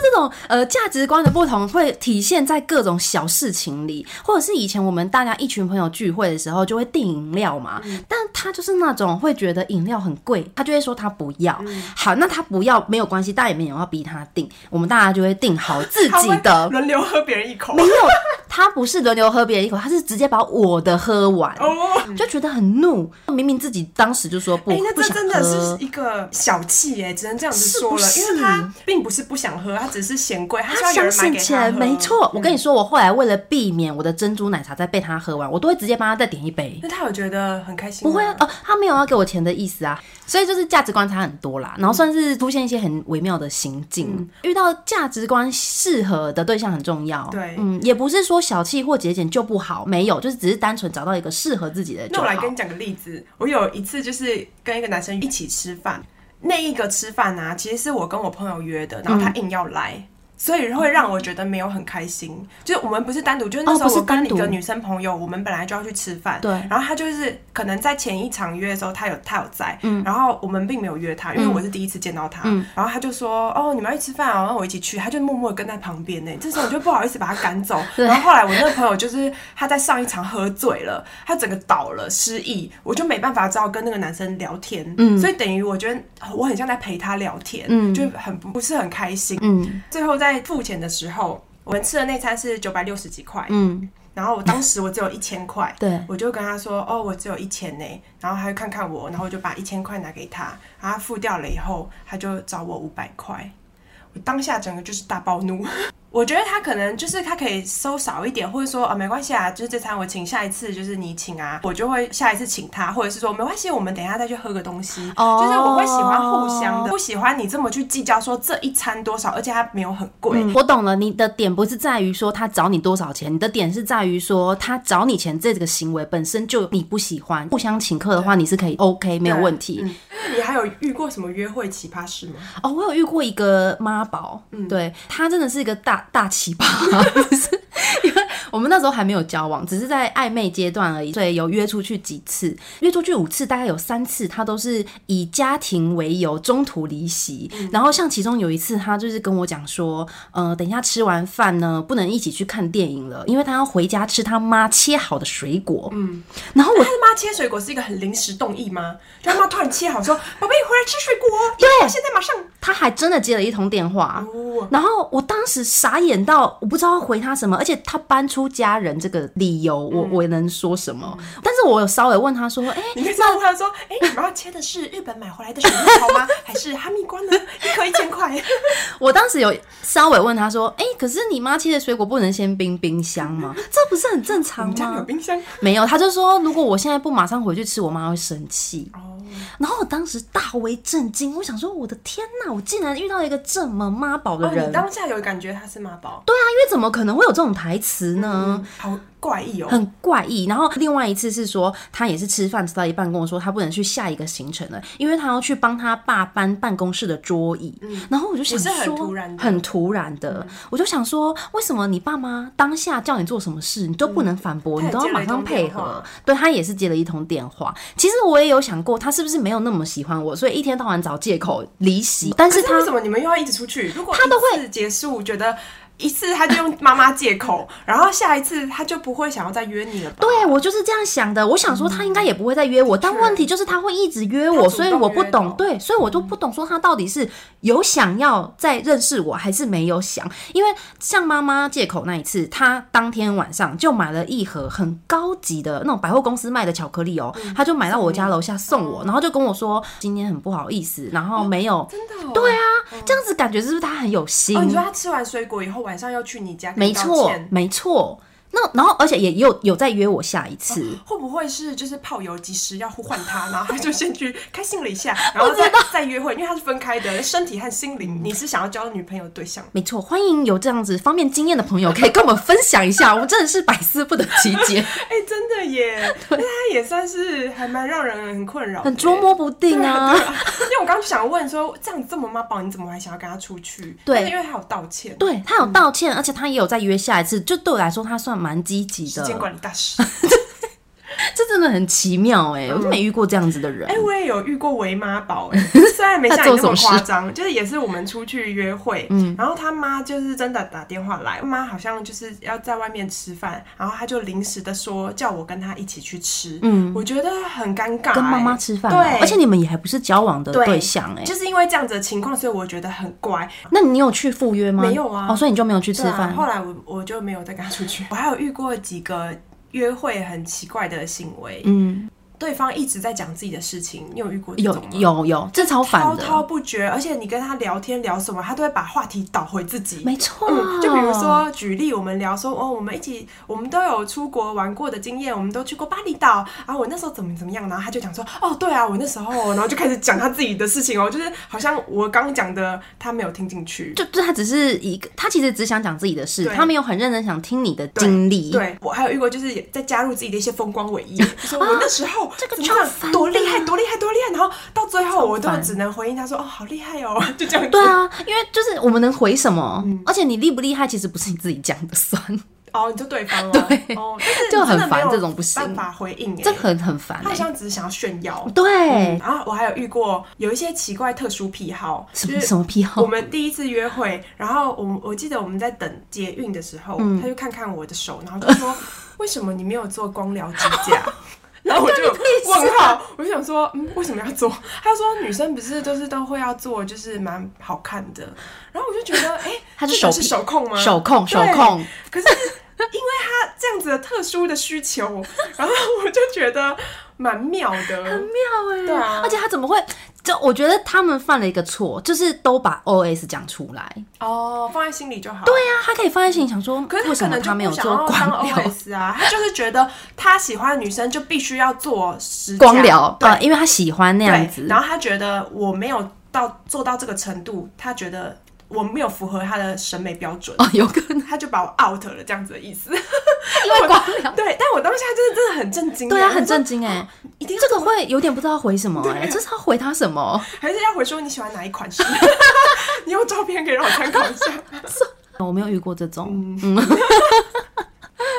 A: 这种呃价值观的不同，会体现在各种小事情里，或者是以前我们大家一群朋友聚会的时候，就会订饮料嘛。但他就是那种会觉得饮料很贵，他就会说他不要。好，那他不要没有关系，大家也没有要逼他订，我们大家就会订好自
B: 他
A: 己
B: 会
A: 的。
B: 轮流喝别人一口
A: 没，有，他不是轮流喝别人一口，他是直接把我的喝完，
B: 哦，
A: 就觉得很怒。明明自己当时就说不，
B: 哎、那
A: 不
B: 这
A: 想
B: 真的
A: 喝
B: 是。一个小气耶、只能这样子说了，
A: 是不是
B: 因为他并不是不想喝，他只是嫌贵，他需
A: 他
B: 要有
A: 相
B: 人买
A: 信
B: 给他
A: 钱，
B: 喝。嗯
A: 没错。我跟你说，我后来为了避免我的珍珠奶茶再被他喝完，我都会直接帮他再点一杯。
B: 那他有觉得很开心吗？
A: 不会啊，哦，他没有要给我钱的意思啊，所以就是价值观差很多啦，
B: 嗯
A: 然后算是出现一些很微妙的行径，遇到价值观适合的对象很重要。
B: 对
A: 嗯，也不是说小气或节俭就不好，没有，就是只是单纯找到一个适合自己的就
B: 那
A: 好。
B: 我来跟你讲个例子，我有一次就是跟一个男生一起吃饭，那一个吃饭啊，其实是我跟我朋友约的，然后他
A: 嗯
B: 硬要来。所以会让我觉得没有很开心，就是我们不是单独，就是那
A: 哦
B: 时候
A: 不是
B: 我跟一
A: 单
B: 个
A: 独
B: 女生朋友，我们本来就要去吃饭，
A: 对
B: 然后他就是可能在前一场约的时候，他有他有在，
A: 嗯
B: 然后我们并没有约他，因为我是第一次见到他，然后他就说哦你们要去吃饭哦，那我一起去，他就默默地跟在旁边呢，这时候我就不好意思把他赶走，
A: 对
B: 然后后来我那个朋友就是他在上一场喝醉了，他整个倒了失忆，我就没办法知道跟那个男生聊天，所以等于我觉得哦我很像在陪他聊天，
A: 嗯
B: 就很不不是很开心。
A: 嗯
B: 最后在付钱的时候，我们吃的那餐是九百六十几块，
A: 嗯，
B: 然后我当时我只有一千块，
A: 对
B: 我就跟他说：“哦，我只有一千呢。”然后他就看看我，然后我就把一千块拿给他，然后他付掉了以后，他就找我五百块。我当下整个就是大暴怒。 我觉得他可能就是他可以收少一点，或者说啊、没关系啊，就是这餐我请，下一次就是你请啊，我就会下一次请他，或者是说没关系，我们等一下再去喝个东西。
A: 哦
B: 就是我会喜欢互相的，不喜欢你这么去计较说这一餐多少，而且它没有很贵。
A: 嗯我懂了。你的点不是在于说他找你多少钱，你的点是在于说他找你钱这个行为本身就你不喜欢，互相请客的话你是可以 OK 没有问
B: 嗯
A: 题。
B: 你还有遇过什么约会奇葩事吗？
A: 哦，我有遇过一个妈宝，对他真的是一个大大奇葩， 就是因为我们那时候还没有交往，只是在暧昧阶段而已，所以有约出去几次，约出去五次，大概有三次他都是以家庭为由中途离席，然后像其中有一次他就是跟我讲说，呃，等一下吃完饭呢，不能一起去看电影了，因为他要回家吃他妈切好的水果，嗯，然后我
B: 他的妈切水果是一个很临时动意吗？就他妈突然切好 说：“宝贝，回来吃水果哦，
A: 对啊
B: 我现在马上。
A: 他还真的接了一通电话，
B: 哦
A: 然后我当时傻眼到我不知道回他什么，而且他搬出家人这个理由，我
B: 嗯
A: 我能说什么？但是我有稍微问他说，哎、
B: 你可以问他说：“哎、你们要切的是日本买回来的水蜜桃 吗？还是哈密瓜呢？一颗一千块。
A: 我当时有稍微问他说，哎、可是你妈切的水果不能先冰冰箱吗？这不是很正
B: 我
A: 常
B: 们嗯家没有
A: 吗？
B: 冰箱。
A: 没有，他就说如果我现在不马上回去吃，我妈会生气。
B: 哦，
A: 然后我当时大为震惊，我想说我的天哪，我竟然遇到一个这么妈宝的人，
B: 哦你当下有感觉他是妈宝，
A: 对啊，因为怎么可能会有这种台词呢？
B: 嗯，好怪异哦。
A: 很怪异。然后另外一次是说，他也是吃饭吃到一半跟我说，他不能去下一个行程了，因为他要去帮他爸搬办公室的桌椅。然后我就
B: 嗯
A: 想
B: 也是很
A: 说，
B: 突然的嗯
A: 很突然的我就想说，为什么你爸妈当下叫你做什么事，你都不能反驳，
B: 嗯他
A: 你
B: 也
A: 都要
B: 接了
A: 马
B: 一
A: 上
B: 通
A: 配
B: 电
A: 合
B: 话？
A: 对他也是接了一通电话。其实我也有想过，他是不是没有那么喜欢我，所以一天到晚找借口离席。但
B: 嗯可
A: 是
B: 是
A: 他
B: 为什么你们又要一直出去？如果
A: 他都会
B: 一次结束，觉得一次他就用妈妈借 口，然后下一次他就不会想要再约你了吧？
A: 对我就是这样想的，我想说他应该也不会再约我，但问题就是他会一直约我，
B: 嗯他主动
A: 所以我不
B: 约哦嗯
A: 懂
B: 到，
A: 对，所以我就不懂说他到底是有想要再认识我，还是没有想。因为像妈妈借口那一次，她当天晚上就买了一盒很高级的那种百货公司卖的巧克力哦，
B: 嗯
A: 她就买到我家楼下送我，然后就跟我说今天很不好意思，然后没有，
B: 真哦的、哦。哦
A: 对啊，这样子感觉是不是他很有心
B: 哦，？你说他吃完水果以后晚上要去你家，
A: 没错，没错。那然后而且也有有在约我下一次，
B: 会不会是就是炮友及时要呼唤 他，然后他就先去开心了一 下，然后再再约会，因为他是分开的，身体和心灵，你是想要交女朋友的对象。
A: 没错，欢迎有这样子方面经验的朋友可以跟我们分享一下，我们真的是百思不得其解，
B: 哎、真的 耶，那哎他也算是还蛮让人很困扰的，
A: 很捉摸不定啊。
B: 因为我刚刚就想问说，这样这么妈宝，你怎么还想要跟他出去？
A: 对
B: 但是因为他有道歉，
A: 对他有道歉，而且他也有再约下一次，就对我来说他算蛮积极
B: 时
A: 的，
B: 间管理大师。
A: 这真的很奇妙哎、我都没遇过这样子的人。
B: 哎、我也有遇过为妈宝、 哎虽然没像你那么
A: 嗯他做什
B: 夸
A: 么事嗯
B: 张，就是也是我们出去约会，然后他妈就是真的打电话来，妈好像就是要在外面吃饭，然后他就临时的说叫我跟他一起去吃，嗯，我觉得很尴尬、
A: 跟妈
B: 哎
A: 妈吃饭哦、
B: 对，
A: 而且你们也还不是交往的
B: 对
A: 对象哎、
B: 就是因为这样子的情况，所以我觉得很乖。
A: 那你有去赴约吗？
B: 没有啊
A: 哦，所以你就没有去吃
B: 对
A: 饭嗯
B: 啊、。后来我我就没有再跟他出去。我还有遇过几个约会很奇怪的行为，
A: 嗯，
B: 对方一直在讲自己的事情，你有遇过这
A: 有
B: 种吗？
A: 有有，这超
B: 滔
A: 烦的，
B: 滔不绝，而且你跟他聊天聊什么，他都会把话题导回自己。
A: 没错、啊
B: 嗯，就比如，说举例，我们聊说哦，我们一起，我们都有出国玩过的经验，我们都去过巴厘岛啊。我那时候怎么怎么样，然后他就讲说哦，对啊，我那时候，然后就开始讲他自己的事情哦，就是好像我刚讲的他没有听进去。
A: 就就他只是一个，他其实只想讲自己的事，
B: 对
A: 他没有很认真想听你的经历。
B: 对我还有遇过，就是也在加入自己的一些风光伟业，就说我那时候、
A: 这个
B: 怎么样
A: 超烦的
B: 多厉害，多厉害，多厉害，然后到最后我都
A: 超烦
B: 只能回应他说哦，好厉害哦， 就这样子。
A: 对啊，因为就是我们能回什么？
B: 嗯
A: 而且你厉不厉害，其实不是你自己讲 的算，
B: 哦，你就对方了，
A: 对
B: 哦，但是你
A: 就
B: 真的
A: 很烦
B: 没有
A: 这种不行
B: 办法回应耶，
A: 这很很烦
B: 他好
A: 哎、
B: 像只是想要嗯炫耀。
A: 对，
B: 然后我还有遇过有一些奇怪特殊癖好，
A: 什
B: 就
A: 么
B: 是
A: 什么癖
B: 我
A: 好？
B: 们第一次约会，然后我我记得我们在等捷运的时候，
A: 嗯
B: 他就看看我的手，然后就说：“为什么你没有做光疗指甲？” 然后我就
A: 啊
B: 问号，我就想说，嗯，为什么要做？ 他说女生不是都是都会要做，就是蛮好看的。然后我就觉得，哎、
A: 他是
B: 这个
A: 手
B: 是
A: 臂
B: 手控吗？
A: 手控手
B: 对
A: 控，
B: 可是因为他这样子的特殊的需求， 然后我就觉得蛮妙的。
A: 妙哎、
B: 对啊
A: 而且他怎么会？就我觉得他们犯了一个错，就是都把 OS 讲出来。
B: 哦，放在心里就好。对
A: 对呀、他可以放在心里想说，
B: 可是
A: 为
B: 他
A: 什
B: 可
A: 么
B: 能就
A: 他没有
B: 不想
A: 做
B: 要
A: 光
B: 当
A: 疗？
B: OS 啊，他就是觉得他喜欢的女生就必须要做指甲
A: 光疗，
B: 对
A: 呃，因为他喜欢那样
B: 对，
A: 子。
B: 然后他觉得我没有到做到这个程度，他觉得我没有符合他的审美标准，
A: 哦，有可能
B: 他就把我 out 了这样子的 意思。
A: 因为光疗。
B: 对，但我当下就是真的很震惊耶，欸
A: 对啊，
B: 我
A: 很
B: 说
A: 震惊哎，
B: 一定要
A: 这个会有点不知道回什么哎、这是要回他什么？
B: 还是要回说你喜欢哪一款式？ 你有照片可以让我参考一下。
A: 我没有遇过这种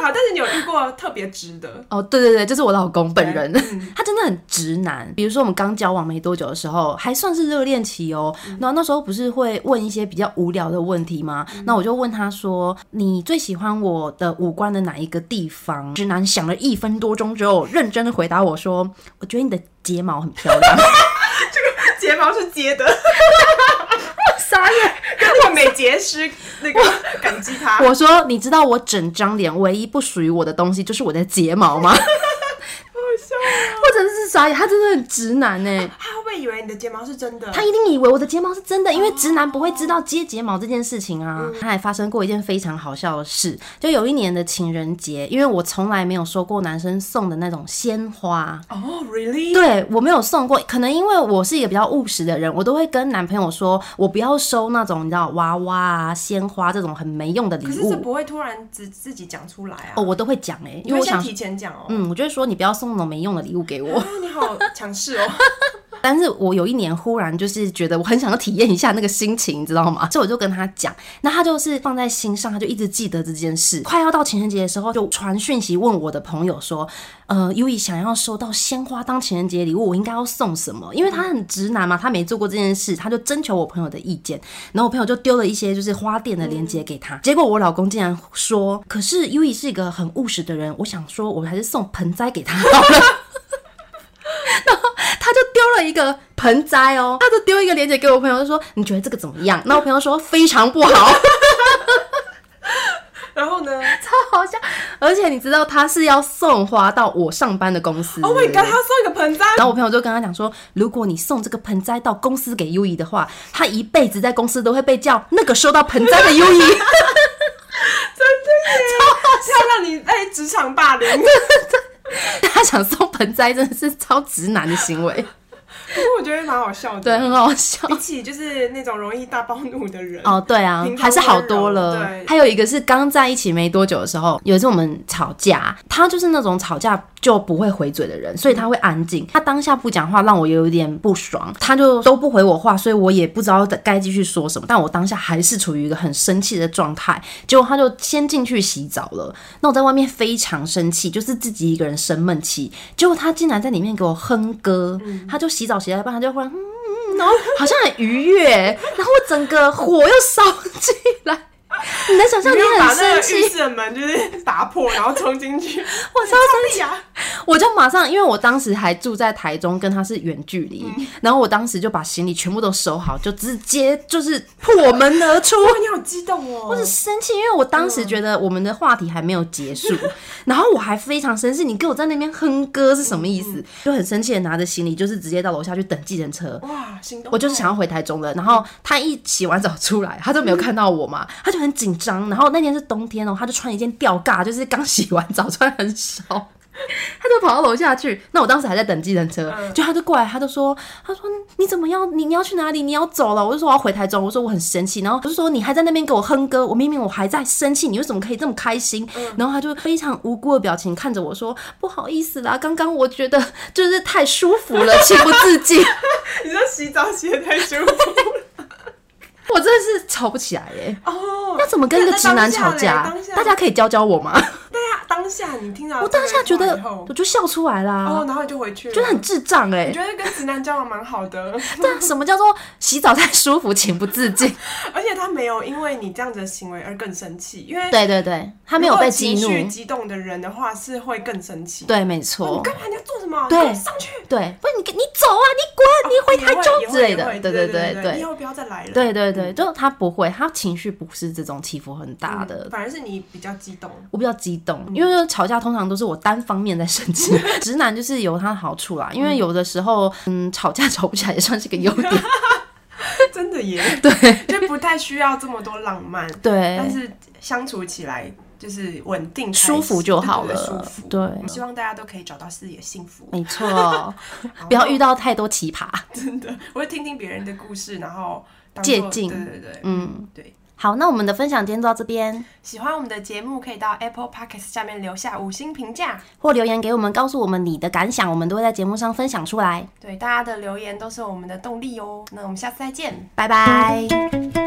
B: 好，但是你有遇过特别直的？
A: 哦，对对对，就是我老公本人
B: 嗯，
A: 他真的很直男。比如说我们刚交往没多久的时候，还算是热恋期哦。然后那时候不是会问一些比较无聊的问题吗？那我就问他说：“你最喜欢我的五官的哪一个地方？”直男想了一分多钟之后，认真的回答我说：“我觉得你的睫毛很漂亮。
B: 睫毛是接的，”
A: 傻眼。
B: 我美睫师那个感激他。
A: 我说：“你知道我整张脸唯一不属于我的东西就是我的睫毛吗？”我真的是傻眼，他真的很直男欸呢。
B: 他会不会以为你的睫毛是真的？
A: 他一定以为我的睫毛是真的，
B: 哦
A: 因为直男不会知道接睫毛这件事情啊。
B: 嗯
A: 他还发生过一件非常好笑的事，就有一年的情人节，因为我从来没有收过男生送的那种鲜花。
B: 哦、r e a l l y
A: 对我没有送过，可能因为我是一个比较务实的人，我都会跟男朋友说，我不要收那种你知道娃娃啊、鲜花这种很没用的礼
B: 可是这
A: 物。
B: 不会突然自自己讲出来啊。
A: 哦，我都会讲哎、
B: 你会
A: 因为我
B: 先
A: 想，
B: 提前讲哦。
A: 嗯，我就会说你不要送那种没用的礼物给我。
B: 啊，你好强势 哦！
A: 但是我有一年忽然就是觉得我很想要体验一下那个心情，你知道吗？所以我就跟他讲，那他就是放在心上，他就一直记得这件事。快要到情人节的时候，就传讯息问我的朋友说，呃，优以想要收到鲜花当情人节礼物，我应该要送什么？因为他很直男嘛，他没做过这件事，他就征求我朋友的意见。然后我朋友就丢了一些就是花店的链接给他，结果我老公竟然说，可是优以是一个很务实的人，我想说我还是送盆栽给他好了。他就丢了一个盆栽哦，他就丢一个链接给我朋友，就说你觉得这个怎么样？那我朋友说非常不好，
B: 然后呢
A: 超好笑。而且你知道他是要送花到我上班的公司。
B: ？Oh my god，他送一个盆栽，
A: 然后我朋友就跟他讲说，如果你送这个盆栽到公司给优怡的话，他一辈子在 E 公司都会被叫那个收到盆栽的优怡。真的耶，
B: 要让你被职场霸凌。
A: 他想送盆栽真的是超直男的行为，
B: 不过我觉得蛮好笑的。
A: 对，很好笑。
B: 比起就是那种容易大暴怒的人，
A: 哦，对啊
B: 平，常
A: 还是好
B: 温柔
A: 多了
B: 对。
A: 还有一个是刚在一起没多久的时候，有一次我们吵架，他就是那种吵架就不会回嘴的人，所以他会安静。他当下不讲话，让我有一点不爽，他就都不回我话，所以我也不知道该继续说什么。但我当下还是处于一个很生气的状态，结果他就先进去洗澡了。那我在外面非常生气，就是自己一个人生闷气。结果他竟然在里面给我哼歌，
B: 嗯
A: 他就洗澡洗到一半，他就忽然。嗯嗯然后好像很愉悦，然后我整个火又烧起来。你能想象
B: 你
A: 你
B: 就把
A: 很
B: 那个
A: 生
B: 浴
A: 气，
B: 室的门就是打破，然后冲进去。
A: 我超生气
B: 啊！
A: 我就马上，因为我当时还住在台中，跟他是远距离，
B: 嗯
A: 然后我当时就把行李全部都收好，就直接就是破门而出。
B: 哇，你好激动哦！
A: 我很生气，因为我当时觉得我们的话题还没有 结束，然后我还非常生气，你给我在那边哼歌是什么意思？就很生气的拿着行李，就是直接到楼下去等计程车。
B: 哇，心动！哦
A: 我就是想要回台中了。然后他一洗完澡出来，他就没有看到我嘛，他就很紧张。然后那天是冬天哦，他就穿一件吊嘎，就是刚洗完澡穿很少。他就跑到楼下去，那我当时还在等计程车，就他就过来，他就说，他说嗯你怎么要你你要去哪里？你要走了？我就说我要回台中，我说我很生气，然后我就说你还在那边给我哼歌，我明明我还在生气，你为什么可以这么开心？然后他就非常无辜的表情看着我说，不好意思啦，刚刚我觉得就是太舒服了，情不自禁。
B: 你这洗澡洗的太舒 服
A: 我真的是吵不起来耶！
B: 哦。
A: 那怎么跟一个直男吵
B: 那
A: 架
B: 当下嘞当？下
A: 大家可以教教我吗？
B: 对啊，当下你听到
A: 我当下觉
B: 这
A: 得
B: 个话以后
A: 我就笑出来
B: 哦，
A: 啦，
B: 然后你就回去了，
A: 觉得很智障哎
B: 我！觉得跟直男交往蛮好的，
A: 对啊，什么叫做洗澡太舒服，情不自 禁？
B: 而且他没有因为你这样子的行为而更生气，因为
A: 对对对，他
B: 他
A: 没有被激
B: 情绪
A: 怒，
B: 激动的人的话是会更生气。啊
A: 对，没
B: 你
A: 错，
B: 干嘛？你要做什么？
A: 对
B: 你给我上去！
A: 对，不然你你走啊，你滚，你回台
B: 也
A: 中
B: 哦会
A: 之类
B: 也
A: 的
B: 会，
A: 对
B: 对
A: 对
B: 对，以
A: 对。
B: 后不要再来了。
A: 对对对，就他不会，他情绪不是这种起伏很大的，
B: 嗯反而是你比较激动。
A: 我比较激动，因为吵架通常都是我单方面在生 气。直男就是有他的好处啦，因为有的时候，嗯，吵架吵不起来也算是个优点。
B: 真的耶， 对，就不太需要这么多浪漫，但
A: 对，
B: 是相处起来就是稳定开心、
A: 舒服就好
B: 对对对嗯
A: 了
B: 舒服。
A: 对，
B: 希望大家都可以找到自己的幸福。
A: 没错，不要遇到太多奇葩。
B: 我会听听别人的故事，然后当
A: 借
B: 作
A: 鉴
B: 对对对，
A: 嗯，
B: 对。
A: 好，那我们的分享今天就到这边，
B: 喜欢我们的节目，可以到 Apple Podcast 下面留下五星评价。
A: 或留言给我们，告诉我们你的感想，我们都会在节目上分享出来。
B: 对，大家的留言都是我们的动力哦。那我们下次再见，
A: 拜拜。
B: 拜